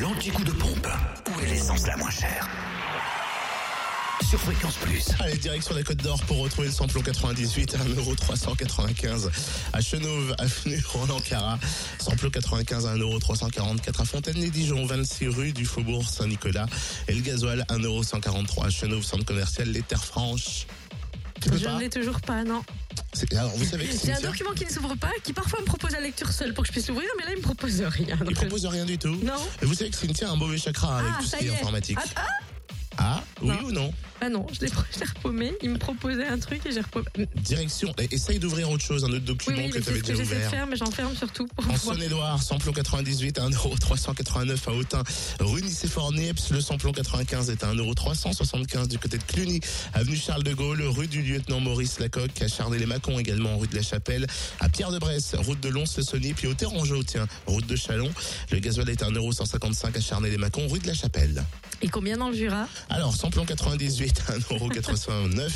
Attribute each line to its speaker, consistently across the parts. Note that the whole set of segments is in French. Speaker 1: l'anti-coup de pompe. Où est l'essence la moins chère Sur Fréquence Plus.
Speaker 2: Allez, direction la Côte d'Or pour retrouver le samplon 98 à 1,395€ à Chenauve, avenue Roland Cara. Samplon 95 à 1,344€ à Fontaine-les-Dijon, 26 rue du Faubourg Saint-Nicolas. Et le gasoil 1,143€ à Chenauve, centre commercial Les Terres Franches. Tu peux
Speaker 3: Je
Speaker 2: pas
Speaker 3: ne l'ai toujours pas, non.
Speaker 2: C'est- ah, Alors, vous savez que
Speaker 3: J'ai un
Speaker 2: Cynthia,
Speaker 3: document qui ne s'ouvre pas, qui parfois me propose la lecture seule pour que je puisse l'ouvrir, mais là, il me propose rien.
Speaker 2: il
Speaker 3: Donc, euh,
Speaker 2: propose rien du tout.
Speaker 3: Non.
Speaker 2: Et vous savez que Cynthia a un mauvais chakra avec
Speaker 3: Ah,
Speaker 2: tout ce
Speaker 3: ça
Speaker 2: qui
Speaker 3: y
Speaker 2: est
Speaker 3: est.
Speaker 2: informatique.
Speaker 3: Ah,
Speaker 2: Ah, oui
Speaker 3: Non.
Speaker 2: ou non
Speaker 3: Ah non, je l'ai je l'ai repaumé. Il me proposait un truc et j'ai repaumé. Oui,
Speaker 2: Direction. et- Essaye d'ouvrir autre chose, un autre document
Speaker 3: oui,
Speaker 2: que
Speaker 3: mais
Speaker 2: tu
Speaker 3: c'est
Speaker 2: avais
Speaker 3: ce que
Speaker 2: déjà
Speaker 3: j'essaie de
Speaker 2: ouvert.
Speaker 3: faire, mais j'enferme surtout pour
Speaker 2: En
Speaker 3: pouvoir-
Speaker 2: Saône-et-Loire, samplon 98 à 1,389€ à Autun. Rue Nicéphore-Niepce, le samplon 95 est à 1,375€ du côté de Cluny. Avenue Charles de Gaulle, rue du lieutenant Maurice Lacocque, à Charnay-les-Mâcons également, rue de la Chapelle. À Pierre-de-Bresse, route de lons le saunier puis au Terrangeau, tiens, route de Chalon. Le gasoil est à 1,155€ à Charnay-les-Mâcons, rue de la Chapelle.
Speaker 3: Et combien dans le Jura
Speaker 2: Alors, samplon 98 à 1,89€,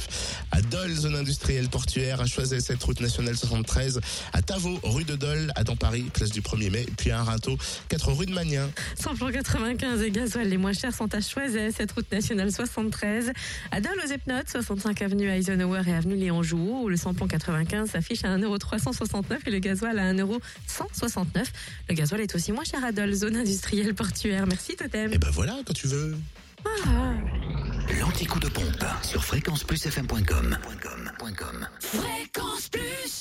Speaker 2: à Dole, zone industrielle portuaire, à Choiset, cette route nationale 73, à Tavaux, rue de Dole, à dans Paris, place du 1er mai, puis à Arinto, 4 rue de Magnin.
Speaker 3: Samplon 95 et gasoil les moins chers sont à Choiset, cette route nationale 73, à Dole aux Epnotes, 65 avenue Eisenhower et avenue Léon Jouot, où le samplon 95 s'affiche à 1,369€ et le gasoil à 1,169€. Le gasoil est aussi moins cher à Dole, zone industrielle portuaire. Merci Totem.
Speaker 2: Et ben voilà, quand tu veux.
Speaker 3: Ah.
Speaker 1: L'anti-coup de pompe. Sur fréquenceplusfm.com. Fréquence Plus.